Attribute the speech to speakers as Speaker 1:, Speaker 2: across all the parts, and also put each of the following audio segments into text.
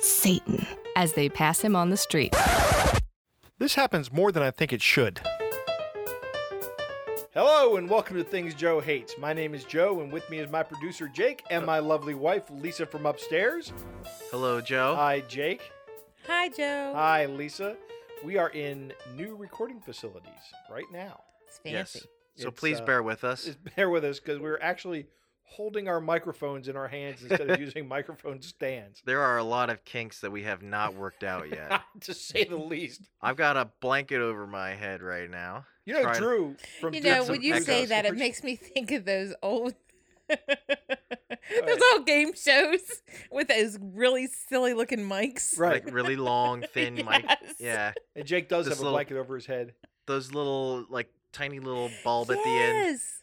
Speaker 1: Satan, as they pass him on the street.
Speaker 2: This happens more than I think it should. Hello and welcome to Things Joe Hates. My name is Joe, and with me is my producer Jake and my lovely wife Lisa from upstairs.
Speaker 3: Hello, Joe.
Speaker 2: Hi, Jake.
Speaker 4: Hi, Joe.
Speaker 2: Hi, Lisa. We are in new recording facilities right now.
Speaker 4: It's fancy.
Speaker 3: So
Speaker 2: It's,
Speaker 3: please
Speaker 2: uh,
Speaker 3: bear with us.
Speaker 2: Just bear with us because we're actually holding our microphones in our hands instead of using microphone stands,
Speaker 3: There are a lot of kinks that we have not worked out yet.
Speaker 2: to say the least.
Speaker 3: I've got a blanket over my head right now.
Speaker 2: You know,
Speaker 3: Trying to-
Speaker 2: Drew from
Speaker 4: You
Speaker 2: Dudes
Speaker 4: know,
Speaker 2: and
Speaker 3: some
Speaker 4: when you say
Speaker 2: Echoes-
Speaker 4: that, it makes me think of those old. those old game shows with those really silly looking mics.
Speaker 2: right.
Speaker 3: Like really long, thin mic.
Speaker 4: Yes.
Speaker 3: Yeah.
Speaker 2: And Jake does
Speaker 3: this
Speaker 2: have a
Speaker 3: little-
Speaker 2: blanket over his head.
Speaker 3: Those little, like, tiny little bulb at the end.
Speaker 4: yes.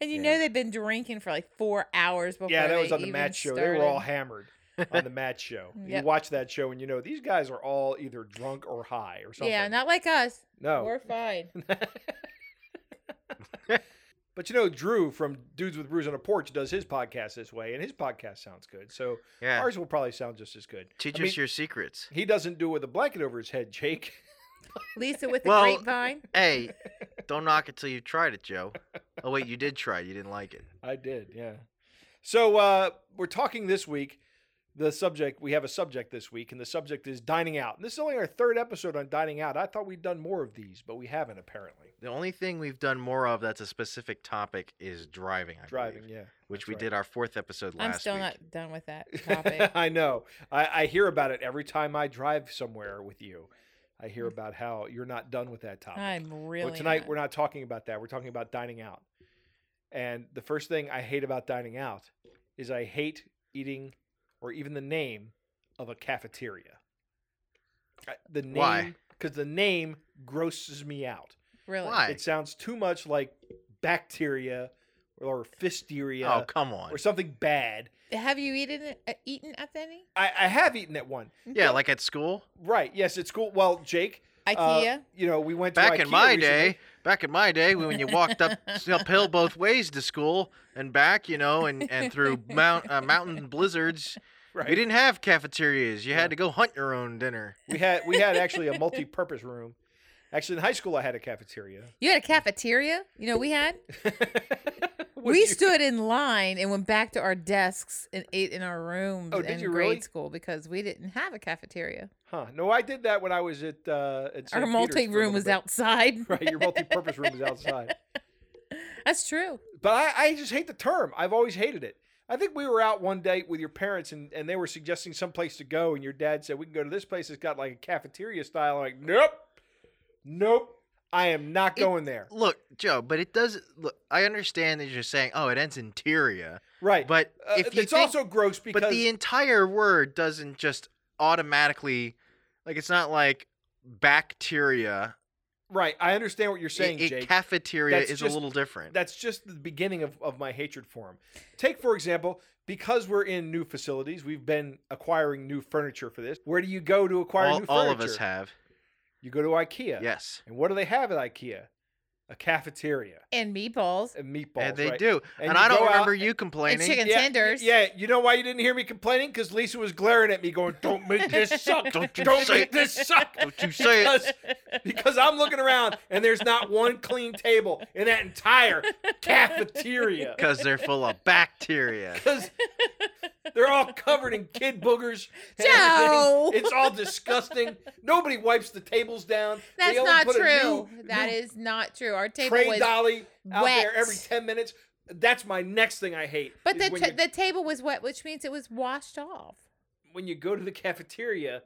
Speaker 4: And you
Speaker 3: Yeah.
Speaker 4: know they've been drinking for like four hours before.
Speaker 2: yeah, that was
Speaker 4: they
Speaker 2: on the
Speaker 4: even
Speaker 2: Matt show. They
Speaker 4: started.
Speaker 2: were all hammered on the Matt show.
Speaker 4: Yep.
Speaker 2: You watch that show and you know these guys are all either drunk or high or something. Oh.
Speaker 4: Yeah, not like us.
Speaker 2: no.
Speaker 4: We're fine.
Speaker 2: But you know, Drew from Dudes with Brews on a Porch does his podcast this way, and his podcast sounds good. So
Speaker 3: Yeah.
Speaker 2: ours will probably sound just as good.
Speaker 3: Teach
Speaker 2: I mean,
Speaker 3: us your secrets.
Speaker 2: He doesn't do it with a blanket over his head, Jake.
Speaker 4: Lisa with the
Speaker 3: Well-
Speaker 4: grapevine.
Speaker 3: Hey, don't knock it till you've tried it, Joe. Oh, wait, you did try it. You didn't like it.
Speaker 2: I did, yeah. So uh, we're talking this week. The subject we have a subject this week, and the subject is dining out. And this is only our third episode on dining out. I thought we'd done more of these, but we haven't apparently.
Speaker 3: The only thing we've done more of that's a specific topic is driving. I
Speaker 2: Driving,
Speaker 3: believe,
Speaker 2: yeah,
Speaker 3: which
Speaker 2: that's
Speaker 3: we
Speaker 2: right.
Speaker 3: did our fourth episode last
Speaker 4: I'm still
Speaker 3: week.
Speaker 4: not done with that topic.
Speaker 2: I know. I, I hear about it every time I drive somewhere with you. I hear about how you're not done with that topic.
Speaker 4: I'm
Speaker 2: But
Speaker 4: really
Speaker 2: tonight
Speaker 4: not.
Speaker 2: we're not talking about that. We're talking about dining out. And the first thing I hate about dining out is I hate eating or even the name of a cafeteria. I- The name
Speaker 3: Why?
Speaker 2: cuz the name grosses me out.
Speaker 4: really.
Speaker 3: Why?
Speaker 2: It sounds too much like bacteria or fisteria
Speaker 3: Oh, come on.
Speaker 2: or something bad.
Speaker 4: Have you eaten it- uh, eaten at any?
Speaker 2: I, I have eaten at one.
Speaker 3: Yeah, like at school.
Speaker 2: Right. Yes, it's cool. Well, Jake, uh,
Speaker 4: IKEA.
Speaker 2: you know, we went to
Speaker 3: Back in
Speaker 2: Ikea
Speaker 3: my
Speaker 2: recently.
Speaker 3: day, back in my day, when you walked up uphill both ways to school and back, you know, and, and through mount, uh, mountain blizzards,
Speaker 2: right?
Speaker 3: we didn't have cafeterias. You
Speaker 2: Yeah.
Speaker 3: had to go hunt your own dinner.
Speaker 2: We had we had actually a multi-purpose room. Actually, in high school, I had a cafeteria.
Speaker 4: you had a cafeteria. You know we had.
Speaker 2: What
Speaker 4: we
Speaker 2: you-
Speaker 4: stood in line and went back to our desks and ate in our rooms
Speaker 2: Oh,
Speaker 4: in
Speaker 2: did
Speaker 4: grade
Speaker 2: you really?
Speaker 4: school because we didn't have a cafeteria.
Speaker 2: Huh? No, I did that when I was at uh, at St.
Speaker 4: our
Speaker 2: Peter's
Speaker 4: multi
Speaker 2: for a little
Speaker 4: room was
Speaker 2: bit.
Speaker 4: outside.
Speaker 2: Right, your multi-purpose room was outside.
Speaker 4: That's true.
Speaker 2: But I, I just hate the term. I've always hated it. I think we were out one day with your parents, and, and they were suggesting some place to go, and your dad said we can go to this place. It's got like a cafeteria style. I'm like, nope, nope, I am not
Speaker 3: It-
Speaker 2: going there.
Speaker 3: Look, Joe, but it does. Look, I understand that you're saying, "Oh, it ends in teria,"
Speaker 2: Right,
Speaker 3: but
Speaker 2: Uh,
Speaker 3: if you
Speaker 2: it's
Speaker 3: think-
Speaker 2: also gross because
Speaker 3: but the entire word doesn't just automatically, like, it's not like bacteria.
Speaker 2: right, I understand what you're saying,
Speaker 3: it, it-
Speaker 2: Jake.
Speaker 3: cafeteria
Speaker 2: That's
Speaker 3: is
Speaker 2: just-
Speaker 3: a little different.
Speaker 2: That's just the beginning of, of my hatred for him. Take, for example, because we're in new facilities, we've been acquiring new furniture for this. Where do you go to acquire
Speaker 3: all,
Speaker 2: new furniture?
Speaker 3: all of us have.
Speaker 2: You go to IKEA.
Speaker 3: Yes.
Speaker 2: And what do they have at IKEA? A cafeteria
Speaker 4: And meatballs
Speaker 2: and meatballs.
Speaker 3: And they
Speaker 2: right?
Speaker 3: do.
Speaker 2: And
Speaker 3: And,
Speaker 2: you
Speaker 3: I
Speaker 2: go
Speaker 3: don't
Speaker 2: out
Speaker 3: remember you
Speaker 4: and
Speaker 3: complaining.
Speaker 4: chicken
Speaker 2: Yeah,
Speaker 4: tenders.
Speaker 2: Yeah, you know why you didn't hear me complaining? Because Lisa was glaring at me, going, "Don't make this suck! Don't,
Speaker 3: you
Speaker 2: don't
Speaker 3: say
Speaker 2: make this suck!"
Speaker 3: Don't you say it.
Speaker 2: Because, because I'm looking around and there's not one clean table in that entire cafeteria.
Speaker 3: Because they're full of bacteria.
Speaker 2: because they're all covered in kid boogers. and
Speaker 4: Joe!
Speaker 2: everything. It's all disgusting. Nobody wipes the tables down. They
Speaker 4: That's
Speaker 2: only
Speaker 4: not
Speaker 2: put a
Speaker 4: true.
Speaker 2: new-
Speaker 4: That
Speaker 2: new
Speaker 4: is not true. Our table
Speaker 2: tray
Speaker 4: was
Speaker 2: dolly out there
Speaker 4: wet.
Speaker 2: every ten minutes. That's my next thing I hate.
Speaker 4: But
Speaker 2: is
Speaker 4: the
Speaker 2: when,
Speaker 4: ta-
Speaker 2: you,
Speaker 4: the table was wet, which means it was washed off.
Speaker 2: when you go to the cafeteria,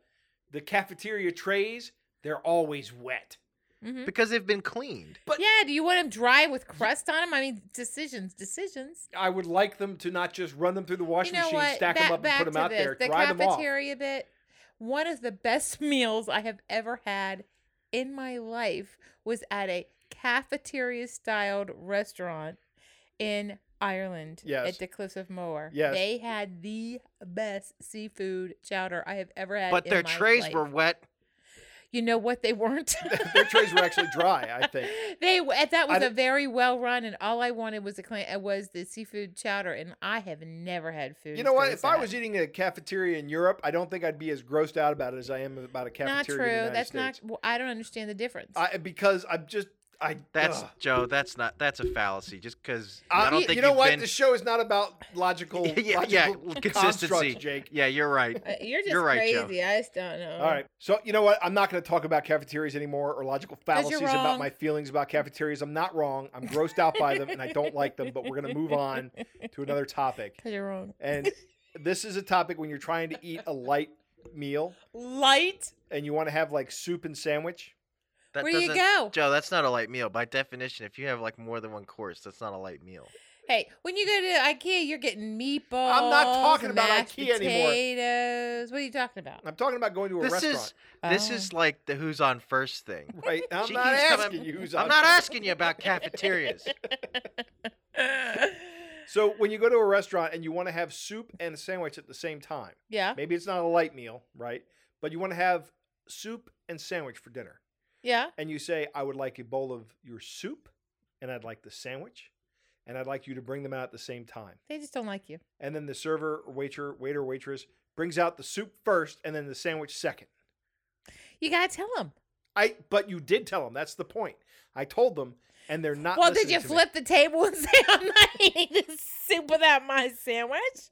Speaker 2: the cafeteria trays they're always wet.
Speaker 4: hmm
Speaker 3: Because they've been cleaned.
Speaker 2: But-
Speaker 4: yeah, do you want them dry with crust on them? I mean, decisions, decisions.
Speaker 2: I would like them to not just run them through the washing machine, stack them
Speaker 4: Ba-
Speaker 2: up, and put them out there,
Speaker 4: the
Speaker 2: dry them off.
Speaker 4: cafeteria bit one of the best meals I have ever had in my life was at a cafeteria styled restaurant in Ireland
Speaker 2: Yes.
Speaker 4: at the Cliffs of Moher.
Speaker 2: Yes.
Speaker 4: They had the best seafood chowder I have ever had.
Speaker 3: But
Speaker 4: in
Speaker 3: their
Speaker 4: my
Speaker 3: trays
Speaker 4: life.
Speaker 3: were wet.
Speaker 4: You know what? They weren't.
Speaker 2: Their trays were actually dry, I think.
Speaker 4: They w- eh, that was
Speaker 2: I
Speaker 4: a very well run, and all I wanted was a clam, uh, was the seafood chowder, and I have never had food.
Speaker 2: You
Speaker 4: as
Speaker 2: know
Speaker 4: good
Speaker 2: what?
Speaker 4: as
Speaker 2: If I
Speaker 4: that.
Speaker 2: was eating at a cafeteria in Europe, I don't think I'd be as grossed out about it as I am about a cafeteria.
Speaker 4: not
Speaker 2: in
Speaker 4: true.
Speaker 2: the United
Speaker 4: That's
Speaker 2: States.
Speaker 4: not. Well, I don't understand the difference.
Speaker 2: I, uh, because I'm just I.
Speaker 3: That's
Speaker 2: ugh.
Speaker 3: Joe. That's not. That's a fallacy. Just because
Speaker 2: Uh,
Speaker 3: I don't
Speaker 2: you,
Speaker 3: think
Speaker 2: you know
Speaker 3: you've
Speaker 2: what?
Speaker 3: been-
Speaker 2: The show is not about logical,
Speaker 3: yeah, yeah,
Speaker 2: logical
Speaker 3: consistency.
Speaker 2: constructs, Jake.
Speaker 3: Yeah, you're right.
Speaker 4: Uh, you're just
Speaker 3: you're right, Joe.
Speaker 4: crazy. I just don't know.
Speaker 2: All right. So you know what? I'm not going to talk about cafeterias anymore or logical
Speaker 4: 'Cause
Speaker 2: fallacies
Speaker 4: you're
Speaker 2: about
Speaker 4: wrong.
Speaker 2: my feelings about cafeterias. I'm not wrong. I'm grossed out by them and I don't like them. But we're going to move on to another topic.
Speaker 4: Cause you're wrong.
Speaker 2: And this is a topic when you're trying to eat a light meal
Speaker 4: Light.
Speaker 2: and you want to have like soup and sandwich.
Speaker 3: That
Speaker 4: Where do you
Speaker 3: doesn't-
Speaker 4: go?
Speaker 3: Joe, that's not a light meal. By definition, if you have like more than one course, that's not a light meal.
Speaker 4: Hey, when you go to IKEA, you're getting meatballs.
Speaker 2: talking about
Speaker 4: mashed
Speaker 2: IKEA anymore.
Speaker 4: Potatoes. What are you talking about?
Speaker 2: I'm talking about going to a
Speaker 3: This
Speaker 2: restaurant,
Speaker 3: is this
Speaker 4: Oh.
Speaker 3: is like the who's on first thing.
Speaker 2: right? I'm
Speaker 3: She
Speaker 2: not
Speaker 3: keeps coming-
Speaker 2: asking you who's on.
Speaker 3: I'm not asking you about cafeterias.
Speaker 2: So when you go to a restaurant and you want to have soup and a sandwich at the same time,
Speaker 4: yeah.
Speaker 2: maybe it's not a light meal, right? But you want to have soup and sandwich for dinner.
Speaker 4: Yeah.
Speaker 2: and you say, I would like a bowl of your soup, and I'd like the sandwich, and I'd like you to bring them out at the same time.
Speaker 4: They just don't like you.
Speaker 2: And then the server, or waiter, waiter, waitress brings out the soup first and then the sandwich second.
Speaker 4: You gotta tell them.
Speaker 2: I but you did tell them that's the point. I told them, and they're not.
Speaker 4: Well, did
Speaker 2: listening
Speaker 4: you
Speaker 2: to me.
Speaker 4: flip the table and say I'm not eating this soup without my sandwich?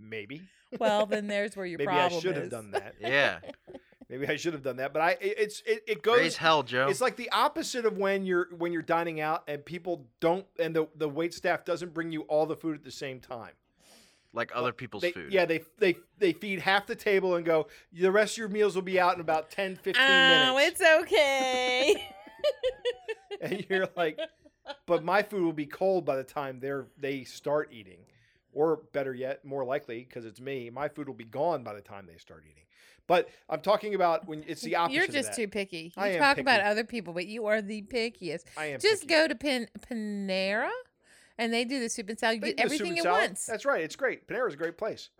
Speaker 2: Maybe.
Speaker 4: Well, then there's where your
Speaker 2: Maybe I
Speaker 4: problem
Speaker 2: should have
Speaker 4: is.
Speaker 2: done that.
Speaker 3: Yeah,
Speaker 2: Maybe I should have done that. But I, it- it's it, it
Speaker 3: raise
Speaker 2: goes.
Speaker 3: hell, Joe.
Speaker 2: It's like the opposite of when you're when you're dining out and people don't and the the wait staff doesn't bring you all the food at the same time.
Speaker 3: Like other people's
Speaker 2: they,
Speaker 3: food.
Speaker 2: Yeah, they they they feed half the table and go, the rest of your meals will be out in about 10, 15
Speaker 4: Oh,
Speaker 2: minutes.
Speaker 4: it's okay.
Speaker 2: And you're like, but my food will be cold by the time they're they start eating. Or better yet, more likely, because it's me, my food will be gone by the time they start eating. But I'm talking about when it's the opposite.
Speaker 4: You're
Speaker 2: of
Speaker 4: just
Speaker 2: that.
Speaker 4: too picky. You
Speaker 2: I am
Speaker 4: talk about
Speaker 2: picky.
Speaker 4: other people, but you are the pickiest.
Speaker 2: I am
Speaker 4: Just
Speaker 2: picky.
Speaker 4: go to Pan- Panera, and they do the soup and salad. You
Speaker 2: They
Speaker 4: get
Speaker 2: do the soup
Speaker 4: everything
Speaker 2: and
Speaker 4: at
Speaker 2: salad.
Speaker 4: once.
Speaker 2: That's right. It's great. Panera's a great place.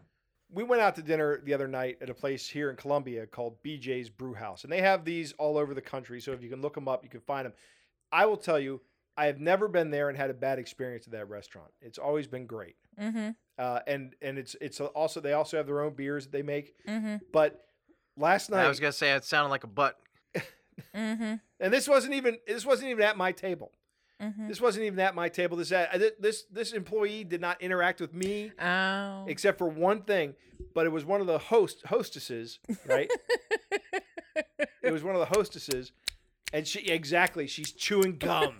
Speaker 2: We went out to dinner the other night at a place here in Columbia called BJ's Brew House, and they have these all over the country. So if you can look them up, you can find them. I will tell you, I have never been there and had a bad experience at that restaurant. It's always been great,
Speaker 4: Mm-hmm.
Speaker 2: uh, and and it's it's also they also have their own beers that they make.
Speaker 4: Mm-hmm.
Speaker 2: But last night,
Speaker 3: I was gonna say it sounded like a butt.
Speaker 4: Mm-hmm.
Speaker 2: and this wasn't even this wasn't even at my table.
Speaker 4: Mm-hmm.
Speaker 2: This wasn't even at my table. This uh, this this employee did not interact with me.
Speaker 4: Oh.
Speaker 2: except for one thing, but it was one of the host hostesses, right? it was one of the hostesses, and she exactly she's chewing gum.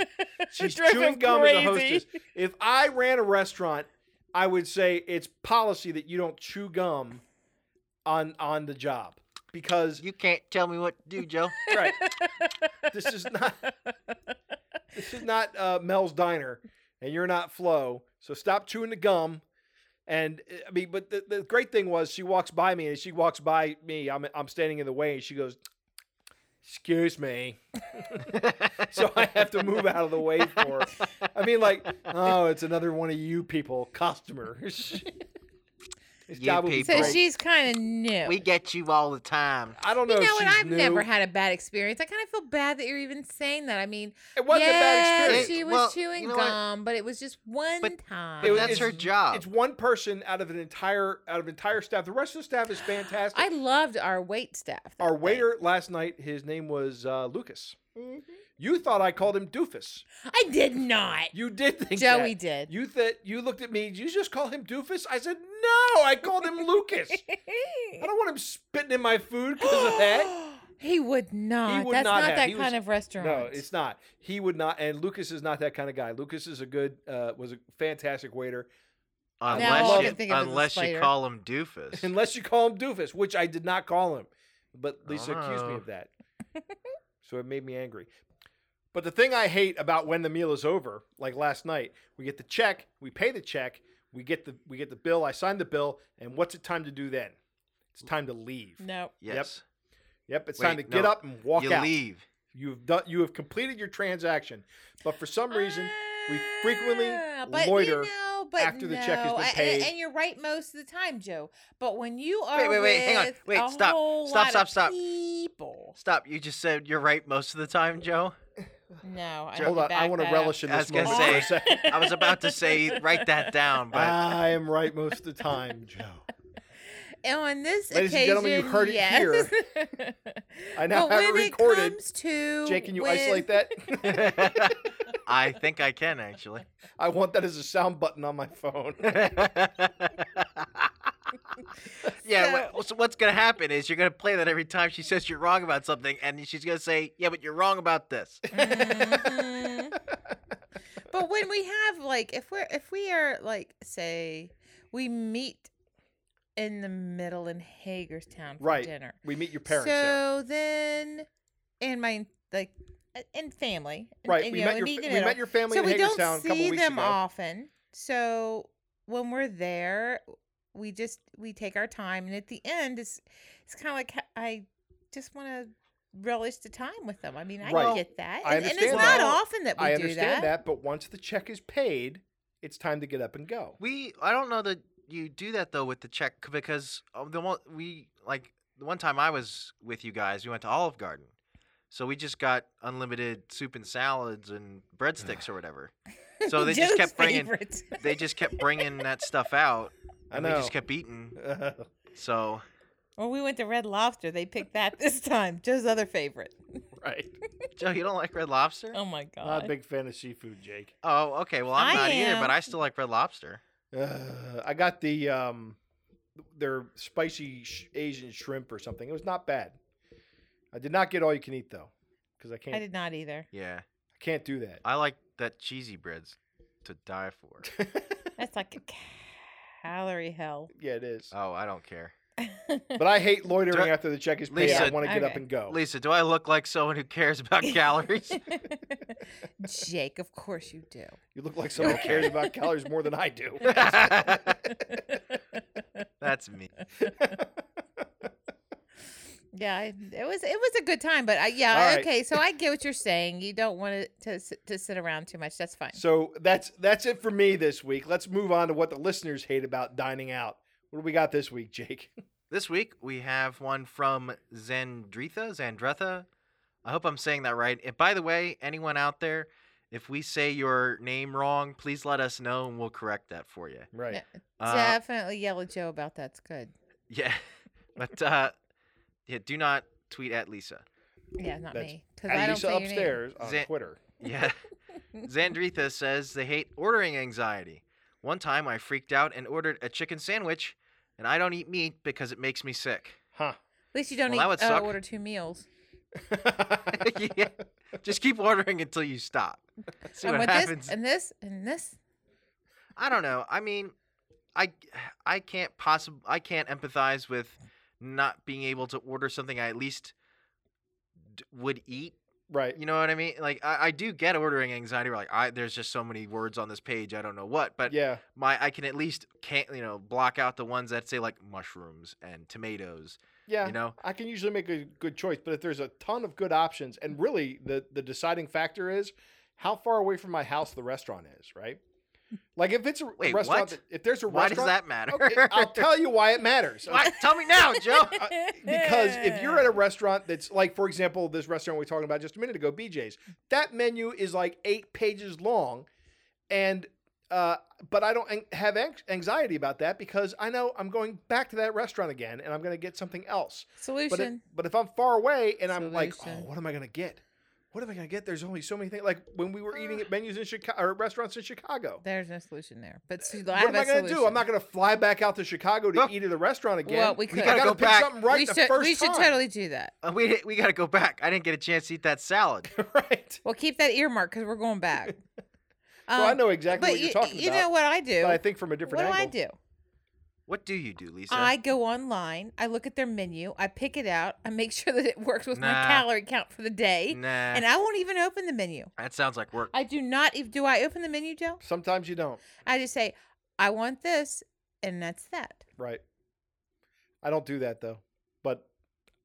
Speaker 2: She's
Speaker 4: Drive him
Speaker 2: chewing gum as a
Speaker 4: crazy.
Speaker 2: hostess. If I ran a restaurant, I would say it's policy that you don't chew gum on on the job because
Speaker 3: You can't tell me what to do, Joe.
Speaker 2: right, this is not this is not uh, Mel's diner, and you're not Flo. So stop chewing the gum. And uh, I mean, but the, the great thing was she walks by me, and as she walks by me, I'm I'm standing in the way, and she goes, "Excuse me." so I have to move out of the way for. Her. I mean, like, oh, it's another one of you people, customers. This
Speaker 3: You
Speaker 2: job would be
Speaker 3: people.
Speaker 4: so
Speaker 2: great.
Speaker 4: she's kind of new.
Speaker 3: we get you all the time.
Speaker 2: I don't know.
Speaker 4: you know
Speaker 2: if
Speaker 4: what?
Speaker 2: she's
Speaker 4: I've
Speaker 2: new.
Speaker 4: never had a bad experience. I kind of feel bad that you're even saying that. I mean,
Speaker 2: It wasn't a
Speaker 4: yeah,
Speaker 2: bad experience.
Speaker 4: she was
Speaker 3: Well,
Speaker 4: chewing
Speaker 3: you know what?
Speaker 4: gum, but it was just one
Speaker 3: But-
Speaker 4: time.
Speaker 2: It was-
Speaker 3: that's
Speaker 2: it's-
Speaker 3: her job.
Speaker 4: Oh.
Speaker 2: It's one person out of an entire out of entire staff. The rest of the staff is fantastic.
Speaker 4: I loved our wait staff.
Speaker 2: Our waiter last night, his name was uh, Lucas.
Speaker 4: Mm-hmm.
Speaker 2: You thought I called him Doofus.
Speaker 4: I did not.
Speaker 2: You did think
Speaker 4: Joey
Speaker 2: that.
Speaker 4: did.
Speaker 2: You that you looked at me. Did you just call him Doofus? I said no. I called him Lucas. I don't want him spitting in my food because of that.
Speaker 4: he would not.
Speaker 2: would
Speaker 4: That's
Speaker 2: not
Speaker 4: not,
Speaker 2: have.
Speaker 4: that
Speaker 2: He was-
Speaker 4: kind of restaurant.
Speaker 2: No, it's not. He would not. And Lucas is not that kind of guy. Lucas is a good, uh, was a fantastic waiter. Now all I
Speaker 3: Unless
Speaker 2: can
Speaker 3: you,
Speaker 4: think of is a
Speaker 3: unless you
Speaker 4: spider.
Speaker 3: call him doofus.
Speaker 2: Unless you call him Doofus, which I did not call him. But Lisa accused me
Speaker 3: Oh.
Speaker 2: of that. so it made me angry. But the thing I hate about when the meal is over, like last night, we get the check, we pay the check, we get the we get the bill, I sign the bill, and what's it time to do then? It's time to leave.
Speaker 4: No.
Speaker 3: Yes.
Speaker 2: Yep, it's
Speaker 3: Wait,
Speaker 2: time to get
Speaker 3: no.
Speaker 2: up and walk
Speaker 3: you
Speaker 2: out.
Speaker 3: leave.
Speaker 2: You've done. You have completed your transaction, but for some reason, we frequently
Speaker 4: Ah, but
Speaker 2: loiter
Speaker 4: you know, but
Speaker 2: after the check has
Speaker 4: no.
Speaker 2: been
Speaker 4: A- a-
Speaker 2: paid.
Speaker 4: And, you're right most of the time, Joe. But when you are
Speaker 3: wait, wait, hang on.
Speaker 4: with
Speaker 3: Wait,
Speaker 4: a
Speaker 3: stop.
Speaker 4: whole
Speaker 3: Stop,
Speaker 4: lot
Speaker 3: stop,
Speaker 4: of
Speaker 3: stop.
Speaker 4: People.
Speaker 3: Stop. You just said you're right most of the time, Joe.
Speaker 4: No, I
Speaker 2: hold on. I want to relish in
Speaker 3: I
Speaker 2: this
Speaker 3: was gonna
Speaker 2: moment for a
Speaker 3: say-
Speaker 2: second.
Speaker 3: I was about to say write that down, but
Speaker 2: I am right most of the time, Joe.
Speaker 4: On this
Speaker 2: Ladies and
Speaker 4: occasion,
Speaker 2: gentlemen, you heard it
Speaker 4: yes.
Speaker 2: I now
Speaker 4: but
Speaker 2: have it
Speaker 4: when
Speaker 2: recorded.
Speaker 4: comes to
Speaker 2: Jake, can you
Speaker 4: when-
Speaker 2: isolate that?
Speaker 3: Uh, I think I can actually.
Speaker 2: I want that as a sound button on my phone.
Speaker 3: yeah. wha- So what's gonna happen is you're gonna play that every time she says you're wrong about something, and she's gonna say, "Yeah, but you're wrong about this."
Speaker 2: Mm-hmm.
Speaker 4: Mhm. but when we have like if we're if we are like say we meet in the middle in Hagerstown for
Speaker 2: Right.
Speaker 4: dinner.
Speaker 2: We meet your parents there.
Speaker 4: so then and my like a- and family. and-
Speaker 2: Right,
Speaker 4: and,
Speaker 2: we
Speaker 4: you know,
Speaker 2: met, your,
Speaker 4: meet in
Speaker 2: we
Speaker 4: the middle.
Speaker 2: met your family
Speaker 4: so
Speaker 2: in
Speaker 4: we
Speaker 2: Hagerstown
Speaker 4: don't
Speaker 2: a couple
Speaker 4: see
Speaker 2: weeks
Speaker 4: them
Speaker 2: ago.
Speaker 4: often. So when we're there, we just we take our time, and at the end, it's it's kind of like ha- I just want to relish the time with them. I mean, I
Speaker 2: Right.
Speaker 4: get that,
Speaker 2: I
Speaker 4: and, and it's
Speaker 2: understand
Speaker 4: not
Speaker 2: that.
Speaker 4: often that we
Speaker 2: I
Speaker 4: do
Speaker 2: understand
Speaker 4: that.
Speaker 2: that, but once the check is paid, it's time to get up and go.
Speaker 3: We, I don't know that you do that though with the check c- because of the one we like the one time I was with you guys, we went to Olive Garden, so we just got unlimited soup and salads and breadsticks or whatever. So they just
Speaker 4: Joe's
Speaker 3: kept bringing,
Speaker 4: favorite.
Speaker 3: they just kept bringing that stuff out,
Speaker 2: I
Speaker 3: and
Speaker 2: know.
Speaker 3: we just kept eating. So
Speaker 4: Or we went to Red Lobster. They picked that this time. Joe's other favorite.
Speaker 2: right.
Speaker 3: Joe, you don't like Red Lobster?
Speaker 4: Oh my
Speaker 2: Not a
Speaker 4: god.
Speaker 2: big fan of seafood, Jake.
Speaker 3: Oh, okay. Well, I'm
Speaker 4: I
Speaker 3: not either,
Speaker 4: am.
Speaker 3: but I still like Red Lobster.
Speaker 2: Uh, I got the um, their spicy sh- Asian shrimp or something. It was not bad. I did not get all you can eat though, because I can't.
Speaker 4: I did not either.
Speaker 3: Yeah,
Speaker 2: I can't do that.
Speaker 3: I like that cheesy breads to die for.
Speaker 4: That's like a calorie hell.
Speaker 2: yeah, it is.
Speaker 3: Oh, I don't care.
Speaker 2: but I hate loitering
Speaker 3: Dr-
Speaker 2: after the check is paid. I
Speaker 3: Lisa-
Speaker 2: want to get up
Speaker 4: Okay.
Speaker 2: and go.
Speaker 3: Lisa, do I look like someone who cares about calories?
Speaker 4: Jake, of course you do.
Speaker 2: You look like someone who cares about calories more than I do.
Speaker 3: That's me.
Speaker 4: yeah, I- it was it was a good time, but I, yeah,
Speaker 2: All right.
Speaker 4: okay. So I get what you're saying. You don't want it to s- to sit around too much. That's fine.
Speaker 2: so that's that's it for me this week. Let's move on to what the listeners hate about dining out. What do we got this week, Jake?
Speaker 3: This week we have one from Zandritha. Zandretha. I hope I'm saying that right. And by the way, anyone out there, if we say your name wrong, please let us know and we'll correct that for you.
Speaker 2: Right.
Speaker 4: Yeah.
Speaker 3: Uh,
Speaker 4: Definitely yell at Joe about that's good.
Speaker 3: Yeah, but uh, yeah, do not tweet at Lisa.
Speaker 4: Yeah, not
Speaker 2: That's-
Speaker 4: me because I
Speaker 2: At
Speaker 4: don't
Speaker 2: Lisa
Speaker 4: say your name.
Speaker 2: upstairs on
Speaker 3: Zan-
Speaker 2: Twitter.
Speaker 3: Yeah, Zandritha says they hate ordering anxiety. One time, I freaked out and ordered a chicken sandwich, and I don't eat meat because it makes me sick.
Speaker 2: Huh.
Speaker 4: At least you don't
Speaker 3: Well, that
Speaker 4: eat,
Speaker 3: would
Speaker 4: uh,
Speaker 3: suck.
Speaker 4: order two meals.
Speaker 3: yeah, just keep ordering until you stop. See
Speaker 4: and
Speaker 3: what
Speaker 4: with
Speaker 3: happens.
Speaker 4: this and this and this.
Speaker 3: I don't know. I mean, I I can't possibly I can't empathize with not being able to order something I at least d- would eat
Speaker 2: right.
Speaker 3: You know what I mean? Like I, I do get ordering anxiety. Where like I there's just so many words on this page. I don't know what, but
Speaker 2: yeah.
Speaker 3: my I can at least can't you know block out the ones that say like mushrooms and tomatoes.
Speaker 2: Yeah.
Speaker 3: You know?
Speaker 2: I can usually make a good choice, but if there's a ton of good options, and really the the deciding factor is how far away from my house the restaurant is, right? Like if it's a
Speaker 3: Wait,
Speaker 2: restaurant,
Speaker 3: what?
Speaker 2: that- if there's a
Speaker 3: Why does
Speaker 2: restaurant,
Speaker 3: that matter?
Speaker 2: Okay, I'll tell you why it matters.
Speaker 3: Why- Tell me now, Joe.
Speaker 2: Uh, Because if you're at a restaurant that's like, for example, this restaurant we were talking about just a minute ago, BJ's, that menu is like eight pages long, and uh, but I don't an- have anx- anxiety about that because I know I'm going back to that restaurant again and I'm going to get something else. But, it,
Speaker 4: solution,
Speaker 2: but if I'm far away and I'm like, oh,
Speaker 4: Solution.
Speaker 2: what am I gonna get? What am I gonna get? There's only so many things. Like when we were eating at venues in Chicago or restaurants in Chicago.
Speaker 4: there's no solution there. But so
Speaker 2: What am I gonna do? I'm not gonna fly back out to Chicago to
Speaker 3: Well-
Speaker 2: eat at a restaurant again.
Speaker 4: Well, we
Speaker 2: I
Speaker 4: could.
Speaker 2: gotta
Speaker 3: Gotta go
Speaker 2: pick
Speaker 3: back.
Speaker 2: something right
Speaker 4: we
Speaker 2: the
Speaker 4: should,
Speaker 2: first
Speaker 4: we should
Speaker 2: time.
Speaker 4: totally do that.
Speaker 3: Uh, we we gotta go back. I didn't get a chance to eat that salad.
Speaker 2: right.
Speaker 4: Well, keep that earmark because we're going back.
Speaker 2: Well, I
Speaker 4: Um,
Speaker 2: know exactly
Speaker 4: but
Speaker 2: what you're
Speaker 4: you,
Speaker 2: talking
Speaker 4: you
Speaker 2: about.
Speaker 4: know what I do?
Speaker 2: But I think from a
Speaker 4: what
Speaker 2: different
Speaker 4: do I
Speaker 2: angle.
Speaker 4: do?
Speaker 3: What do you do, Lisa?
Speaker 4: I go online. I look at their menu. I pick it out. I make sure that it works with my
Speaker 3: Nah.
Speaker 4: calorie count for the day,
Speaker 3: nah,
Speaker 4: and I won't even open the menu.
Speaker 3: that sounds like work.
Speaker 4: I do not. ev- Do I open the menu, Joe?
Speaker 2: Sometimes you don't.
Speaker 4: I just say, I want this, and that's that.
Speaker 2: Right. I don't do that though. But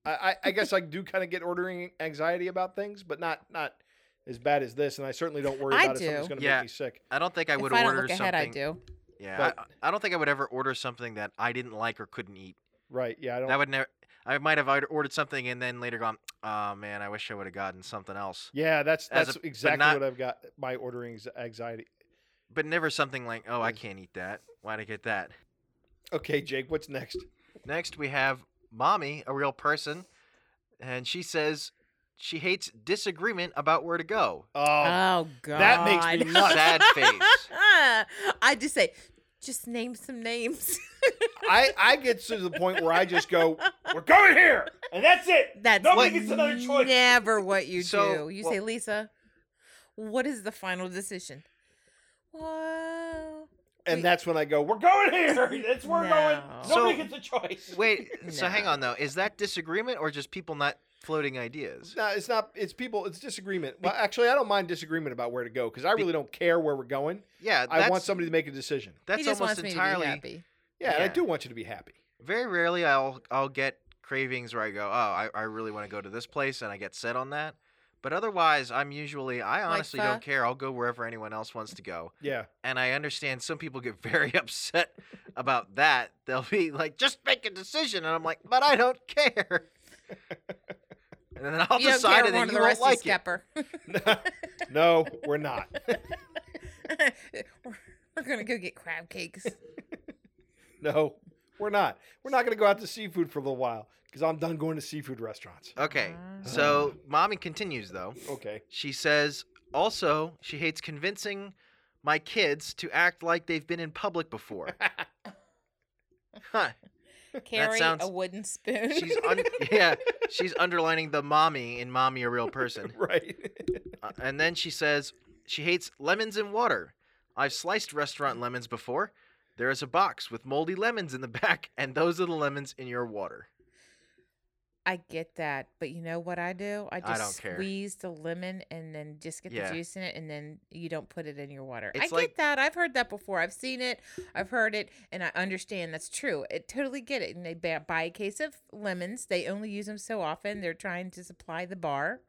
Speaker 2: I, I, I guess I do kind of get ordering anxiety about things, but not not as bad as this. And I certainly don't worry
Speaker 4: I
Speaker 2: about it. Something's
Speaker 4: do.
Speaker 2: going to
Speaker 3: Yeah.
Speaker 2: make me sick.
Speaker 3: I don't think I would
Speaker 4: if I don't
Speaker 3: order
Speaker 4: look ahead, I
Speaker 3: something.
Speaker 4: do.
Speaker 3: Yeah,
Speaker 2: But-
Speaker 3: I, I don't think I would ever order something that I didn't like or couldn't eat.
Speaker 2: Right? Yeah. I don't.
Speaker 3: That would never. I might have order- ordered something and then later gone. Oh man, I wish I would have gotten something else.
Speaker 2: yeah, that's
Speaker 3: as
Speaker 2: that's
Speaker 3: a- but
Speaker 2: exactly
Speaker 3: not-
Speaker 2: what I've got. My ordering anx- anxiety.
Speaker 3: But never something like, oh, I
Speaker 2: Yes.
Speaker 3: can't eat that. Why'd I get that?
Speaker 2: Okay, Jake, what's next?
Speaker 3: Next, we have Mommy, a real person, and she says she hates disagreement about where to go.
Speaker 2: Oh,
Speaker 4: Oh god.
Speaker 2: that makes me nuts.
Speaker 3: Sad face.
Speaker 4: I just say, just name some names.
Speaker 2: I I get to the point where I just go, "We're going here," and that's it.
Speaker 4: That's
Speaker 2: Nobody gets another choice.
Speaker 4: never what you
Speaker 3: So,
Speaker 4: do. You
Speaker 3: well-
Speaker 4: say, Lisa, what is the final decision? Well,
Speaker 2: And
Speaker 4: Wait.
Speaker 2: that's when I go, "We're going here. That's where we're going.
Speaker 4: No.
Speaker 2: Nobody
Speaker 3: So-
Speaker 2: gets a choice."
Speaker 3: Wait, so hang
Speaker 4: No.
Speaker 3: on though. Is that disagreement or just people not floating ideas?
Speaker 2: No, it's not. It's people. It's disagreement. Well, actually, I don't mind disagreement about where to go because I
Speaker 3: Be-
Speaker 2: really don't care where we're going.
Speaker 3: Yeah, that's,
Speaker 2: I want somebody to make a decision.
Speaker 3: That's
Speaker 4: he just
Speaker 3: almost
Speaker 4: wants me
Speaker 3: entirely.
Speaker 4: to be happy.
Speaker 2: Yeah, and I
Speaker 3: Yeah.
Speaker 2: do want you to be happy.
Speaker 3: Very rarely, I'll I'll get cravings where I go, oh, I, I really want to go to this place, and I get set on that. But otherwise, I'm usually I
Speaker 4: Like
Speaker 3: honestly
Speaker 4: pho?
Speaker 3: don't care. I'll go wherever anyone else wants to go.
Speaker 2: Yeah,
Speaker 3: and I understand some people get very upset about that. They'll be like, "Just make a decision," and I'm like, "But I don't care." and then I'll
Speaker 4: you don't
Speaker 3: decide,
Speaker 4: care
Speaker 3: and then
Speaker 4: one of
Speaker 3: you
Speaker 4: the
Speaker 3: won't
Speaker 4: rest
Speaker 3: like it.
Speaker 4: Skepper.
Speaker 2: no, we're not.
Speaker 4: we're, we're gonna go get crab cakes.
Speaker 2: No, we're not. We're not going to go out to seafood for a little while because I'm done going to seafood restaurants.
Speaker 3: Okay,
Speaker 4: Ah.
Speaker 3: so mommy continues though.
Speaker 2: Okay.
Speaker 3: She says, "Also, she hates convincing my kids to act like they've been in public before." huh.
Speaker 4: Carry
Speaker 3: sounds-
Speaker 4: a wooden spoon.
Speaker 3: She's un- yeah, she's underlining the mommy in "mommy a real person."
Speaker 2: Right.
Speaker 3: Uh, and then she says she hates lemons in water. I've sliced restaurant lemons before. There is a box with moldy lemons in the back, and those are the lemons in your water.
Speaker 4: I get that, but you know what I do? I just
Speaker 3: don't care.
Speaker 4: squeeze the lemon and then just get
Speaker 3: Yeah.
Speaker 4: the juice in it, and then you don't put it in your water. I
Speaker 3: It's like-
Speaker 4: get that. I've heard that before. I've seen it. I've heard it, and I understand that's true. I totally get it. And they ba- buy a case of lemons. They only use them so often. They're trying to supply the bar.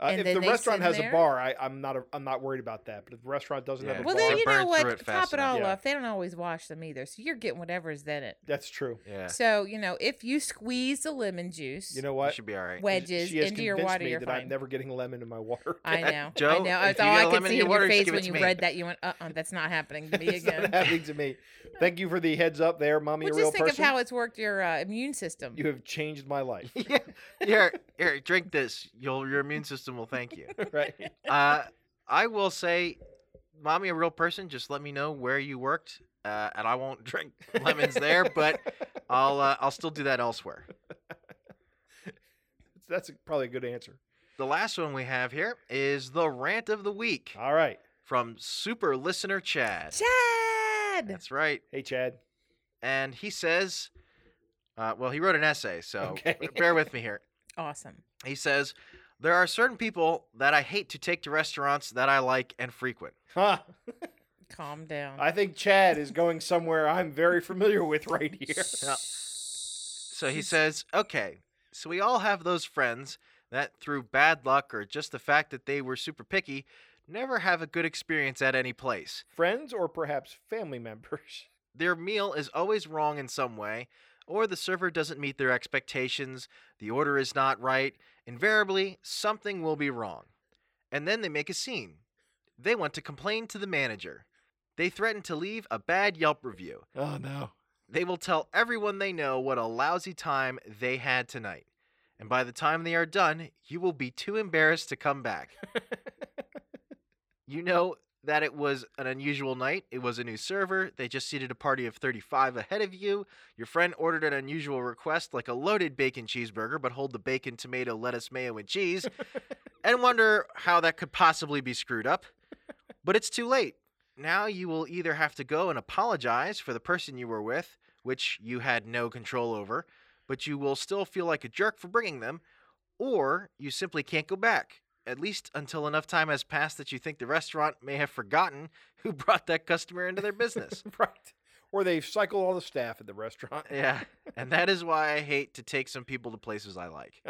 Speaker 2: Uh,
Speaker 4: And
Speaker 2: if
Speaker 4: then
Speaker 2: the
Speaker 4: they
Speaker 2: restaurant
Speaker 4: sit
Speaker 2: has a
Speaker 4: there?
Speaker 2: bar, I, I'm not. A, I'm not worried about that. But if the restaurant doesn't
Speaker 3: Yeah.
Speaker 2: have a
Speaker 4: Well,
Speaker 2: bar,
Speaker 4: then
Speaker 3: They
Speaker 4: you know
Speaker 3: burn through
Speaker 4: what?
Speaker 3: it
Speaker 4: Top
Speaker 3: fast
Speaker 4: it all
Speaker 2: enough.
Speaker 4: off. They don't always wash them either, so you're getting whatever's in it.
Speaker 2: that's true.
Speaker 3: Yeah,
Speaker 4: So you know, if you squeeze the lemon juice,
Speaker 2: You know
Speaker 3: you
Speaker 2: what?
Speaker 3: should be all right.
Speaker 4: wedges
Speaker 2: she has
Speaker 4: into your
Speaker 2: convinced
Speaker 4: water,
Speaker 2: me
Speaker 4: you're
Speaker 2: that
Speaker 4: fine.
Speaker 2: I'm never getting lemon in my water.
Speaker 4: I
Speaker 3: Uh,
Speaker 4: know. I
Speaker 3: Joe,
Speaker 4: know. I
Speaker 3: if you get
Speaker 4: thought I
Speaker 3: a
Speaker 4: could
Speaker 3: lemon in
Speaker 4: see
Speaker 3: your
Speaker 4: in
Speaker 3: water,
Speaker 4: your
Speaker 3: just
Speaker 4: face
Speaker 3: give it
Speaker 4: when
Speaker 3: to
Speaker 4: you
Speaker 3: me.
Speaker 4: read that. You went, uh, uh that's not happening to me
Speaker 2: It's not
Speaker 4: again.
Speaker 2: happening to me. Thank you for the heads up there, mommy.
Speaker 4: Well,
Speaker 2: a real
Speaker 4: just think
Speaker 2: person.
Speaker 4: of how it's worked your uh, immune system.
Speaker 2: you have changed my life.
Speaker 3: yeah, here, here, drink this. You'll your immune system will thank you.
Speaker 2: right.
Speaker 3: Uh, I will say, mommy, a real person. Just let me know where you worked, uh, and I won't drink lemons there, but I'll uh, I'll still do that elsewhere.
Speaker 2: That's a- probably a good answer.
Speaker 3: The last one we have here is the rant of the week
Speaker 2: All right.
Speaker 3: from super listener Chad.
Speaker 4: Chad!
Speaker 3: That's right.
Speaker 2: Hey, Chad.
Speaker 3: And he says, uh, well, he wrote an essay, so
Speaker 2: Okay.
Speaker 3: b- bear with me here.
Speaker 4: Awesome.
Speaker 3: He says, there are certain people that I hate to take to restaurants that I like and frequent.
Speaker 2: Huh.
Speaker 4: Calm down.
Speaker 2: I think Chad is going somewhere I'm very familiar with right here.
Speaker 3: Yeah. So he says, okay, so we all have those friends that, through bad luck or just the fact that they were super picky, never have a good experience at any place.
Speaker 2: Friends or perhaps family members.
Speaker 3: Their meal is always wrong in some way, or the server doesn't meet their expectations, the order is not right. Invariably, something will be wrong. And then they make a scene. They want to complain to the manager. They threaten to leave a bad Yelp review.
Speaker 2: Oh, no.
Speaker 3: They will tell everyone they know what a lousy time they had tonight. And by the time they are done, you will be too embarrassed to come back. you know that it was an unusual night. It was a new server. They just seated a party of 35 ahead of you. Your friend ordered an unusual request like a loaded bacon cheeseburger, but hold the bacon, tomato, lettuce, mayo, and cheese, and wonder how that could possibly be screwed up. But it's too late. Now you will either have to go and apologize for the person you were with, which you had no control over, but you will still feel like a jerk for bringing them, or you simply can't go back, at least until enough time has passed that you think the restaurant may have forgotten who brought that customer into their business.
Speaker 2: Right. or they cycle all the staff at the restaurant.
Speaker 3: Yeah. And that is why I hate to take some people to places I like.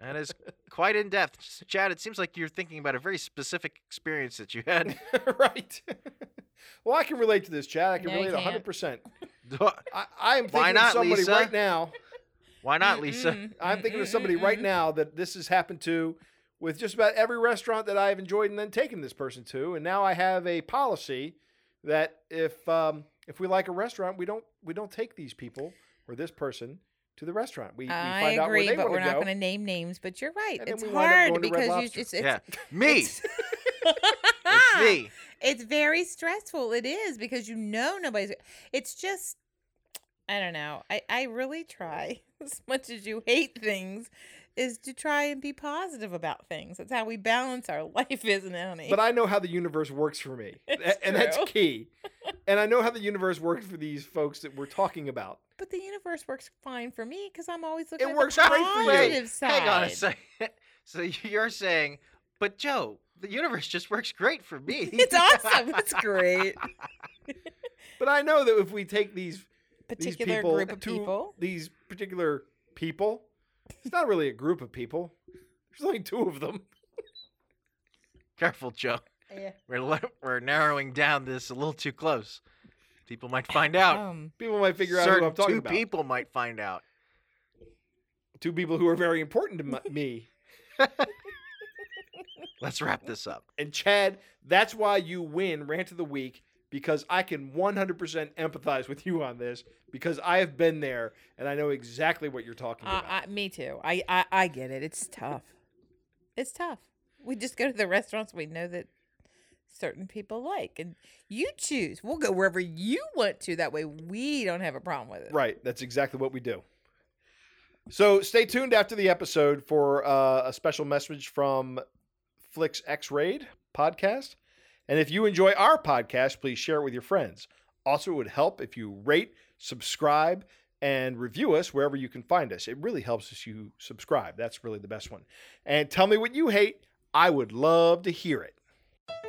Speaker 3: That is quite in depth. S- Chad, it seems like you're thinking about a very specific experience that you had.
Speaker 2: right. well, I can relate to this, Chad. I can
Speaker 4: No, you
Speaker 2: relate
Speaker 4: can't.
Speaker 2: 100%. I, I am
Speaker 3: Why
Speaker 2: thinking of
Speaker 3: not,
Speaker 2: somebody
Speaker 3: Lisa?
Speaker 2: right now.
Speaker 3: Why not, Lisa?
Speaker 4: Mm-mm,
Speaker 2: I'm thinking of
Speaker 4: mm-mm,
Speaker 2: somebody right
Speaker 4: mm-mm.
Speaker 2: now that this has happened to with just about every restaurant that I've enjoyed and then taken this person to. And now I have a policy that if um, if we like a restaurant, we don't we don't take these people or this person to the restaurant. We, we
Speaker 4: mm-hmm. I
Speaker 2: find out where
Speaker 4: agree,
Speaker 2: they
Speaker 4: but we're
Speaker 2: want to
Speaker 4: not
Speaker 2: go.
Speaker 4: going to name names. But you're right;
Speaker 2: And then
Speaker 4: it's
Speaker 2: we wind up
Speaker 4: hard
Speaker 2: going to Red
Speaker 4: because
Speaker 2: Lobster.
Speaker 4: you just
Speaker 3: yeah.
Speaker 4: it's
Speaker 3: Me. It's,
Speaker 4: it's, Ah!
Speaker 3: me.
Speaker 4: it's very stressful. It is because you know nobody's. It's just I don't know. I I really try as much as you hate things is to try and be positive about things. That's how we balance our life, isn't it, honey?
Speaker 2: But I know how the universe works for me.
Speaker 4: It's
Speaker 2: and that's
Speaker 4: true.
Speaker 2: key. And I know how the universe works for these folks that we're talking about.
Speaker 4: But the universe works fine for me because I'm always looking.
Speaker 2: It
Speaker 4: at
Speaker 2: works
Speaker 4: the
Speaker 2: great for you.
Speaker 4: positive side.
Speaker 3: Hang on a second. So you're saying, but Joe, the universe just works great for me.
Speaker 4: It's awesome. It's great.
Speaker 2: But I know that if we take these these
Speaker 4: Particular
Speaker 2: people
Speaker 4: group of
Speaker 2: to
Speaker 4: people.
Speaker 2: these particular people, it's not really a group of people. There's only two of them.
Speaker 3: Careful, Joe.
Speaker 4: Yeah.
Speaker 3: We're, le- we're narrowing down this a little too close. People might find out.
Speaker 4: Um.
Speaker 2: People might figure out who
Speaker 3: Certain
Speaker 2: I'm talking
Speaker 3: two
Speaker 2: about.
Speaker 3: people might find out.
Speaker 2: Two people who are very important to m- me.
Speaker 3: Let's wrap this up.
Speaker 2: And Chad, that's why you win rant of the week because I can 100% empathize with you on this because I have been there and I know exactly what you're talking about.
Speaker 4: Uh, I, I, me too. I, I I get it. It's tough. It's tough. We just go to the restaurants we know that certain people like, and you choose. We'll go wherever you want to. That way, we don't have a problem with it.
Speaker 2: Right. That's exactly what we do. So stay tuned after the episode for uh, a special message from Flicks X Raid podcast. And if you enjoy our podcast, please share it with your friends. Also, it would help if you rate, subscribe, and review us wherever you can find us. It really helps if you subscribe. That's really the best one. And tell me what you hate. I would love to hear it.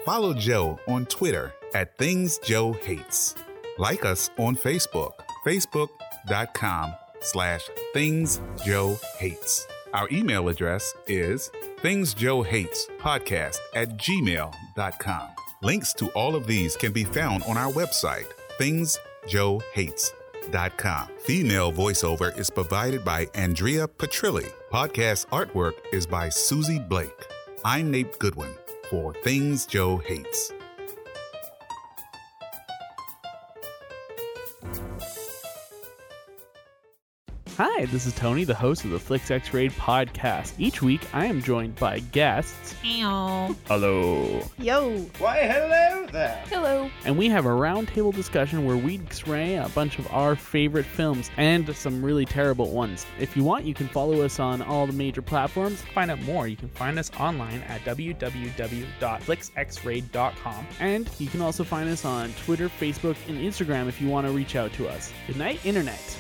Speaker 5: Follow Joe on Twitter at Things Joe Hates. Like us on Facebook, facebook.com slash Things Joe Hates. Our email address is Things Joe Hates podcast at gmail.com. Links to all of these can be found on our website, thingsjoehates.com. Female voiceover is provided by Andrea Petrilli. Podcast artwork is by Susie Blake. I'm Nate Goodwin for Things Joe Hates.
Speaker 6: Hi, this is Tony, the host of the Flicks X Raid podcast. Each week, I am joined by guests. Hello.
Speaker 7: Yo.
Speaker 2: Why, hello there.
Speaker 1: Hello.
Speaker 6: And we have a roundtable discussion where we x-ray a bunch of our favorite films and some really terrible ones. If you want, you can follow us on all the major platforms.
Speaker 8: To find out more, you can find us online at www.flixxraid.com.
Speaker 6: And you can also find us on Twitter, Facebook, and Instagram if you want to reach out to us. Good night, Internet.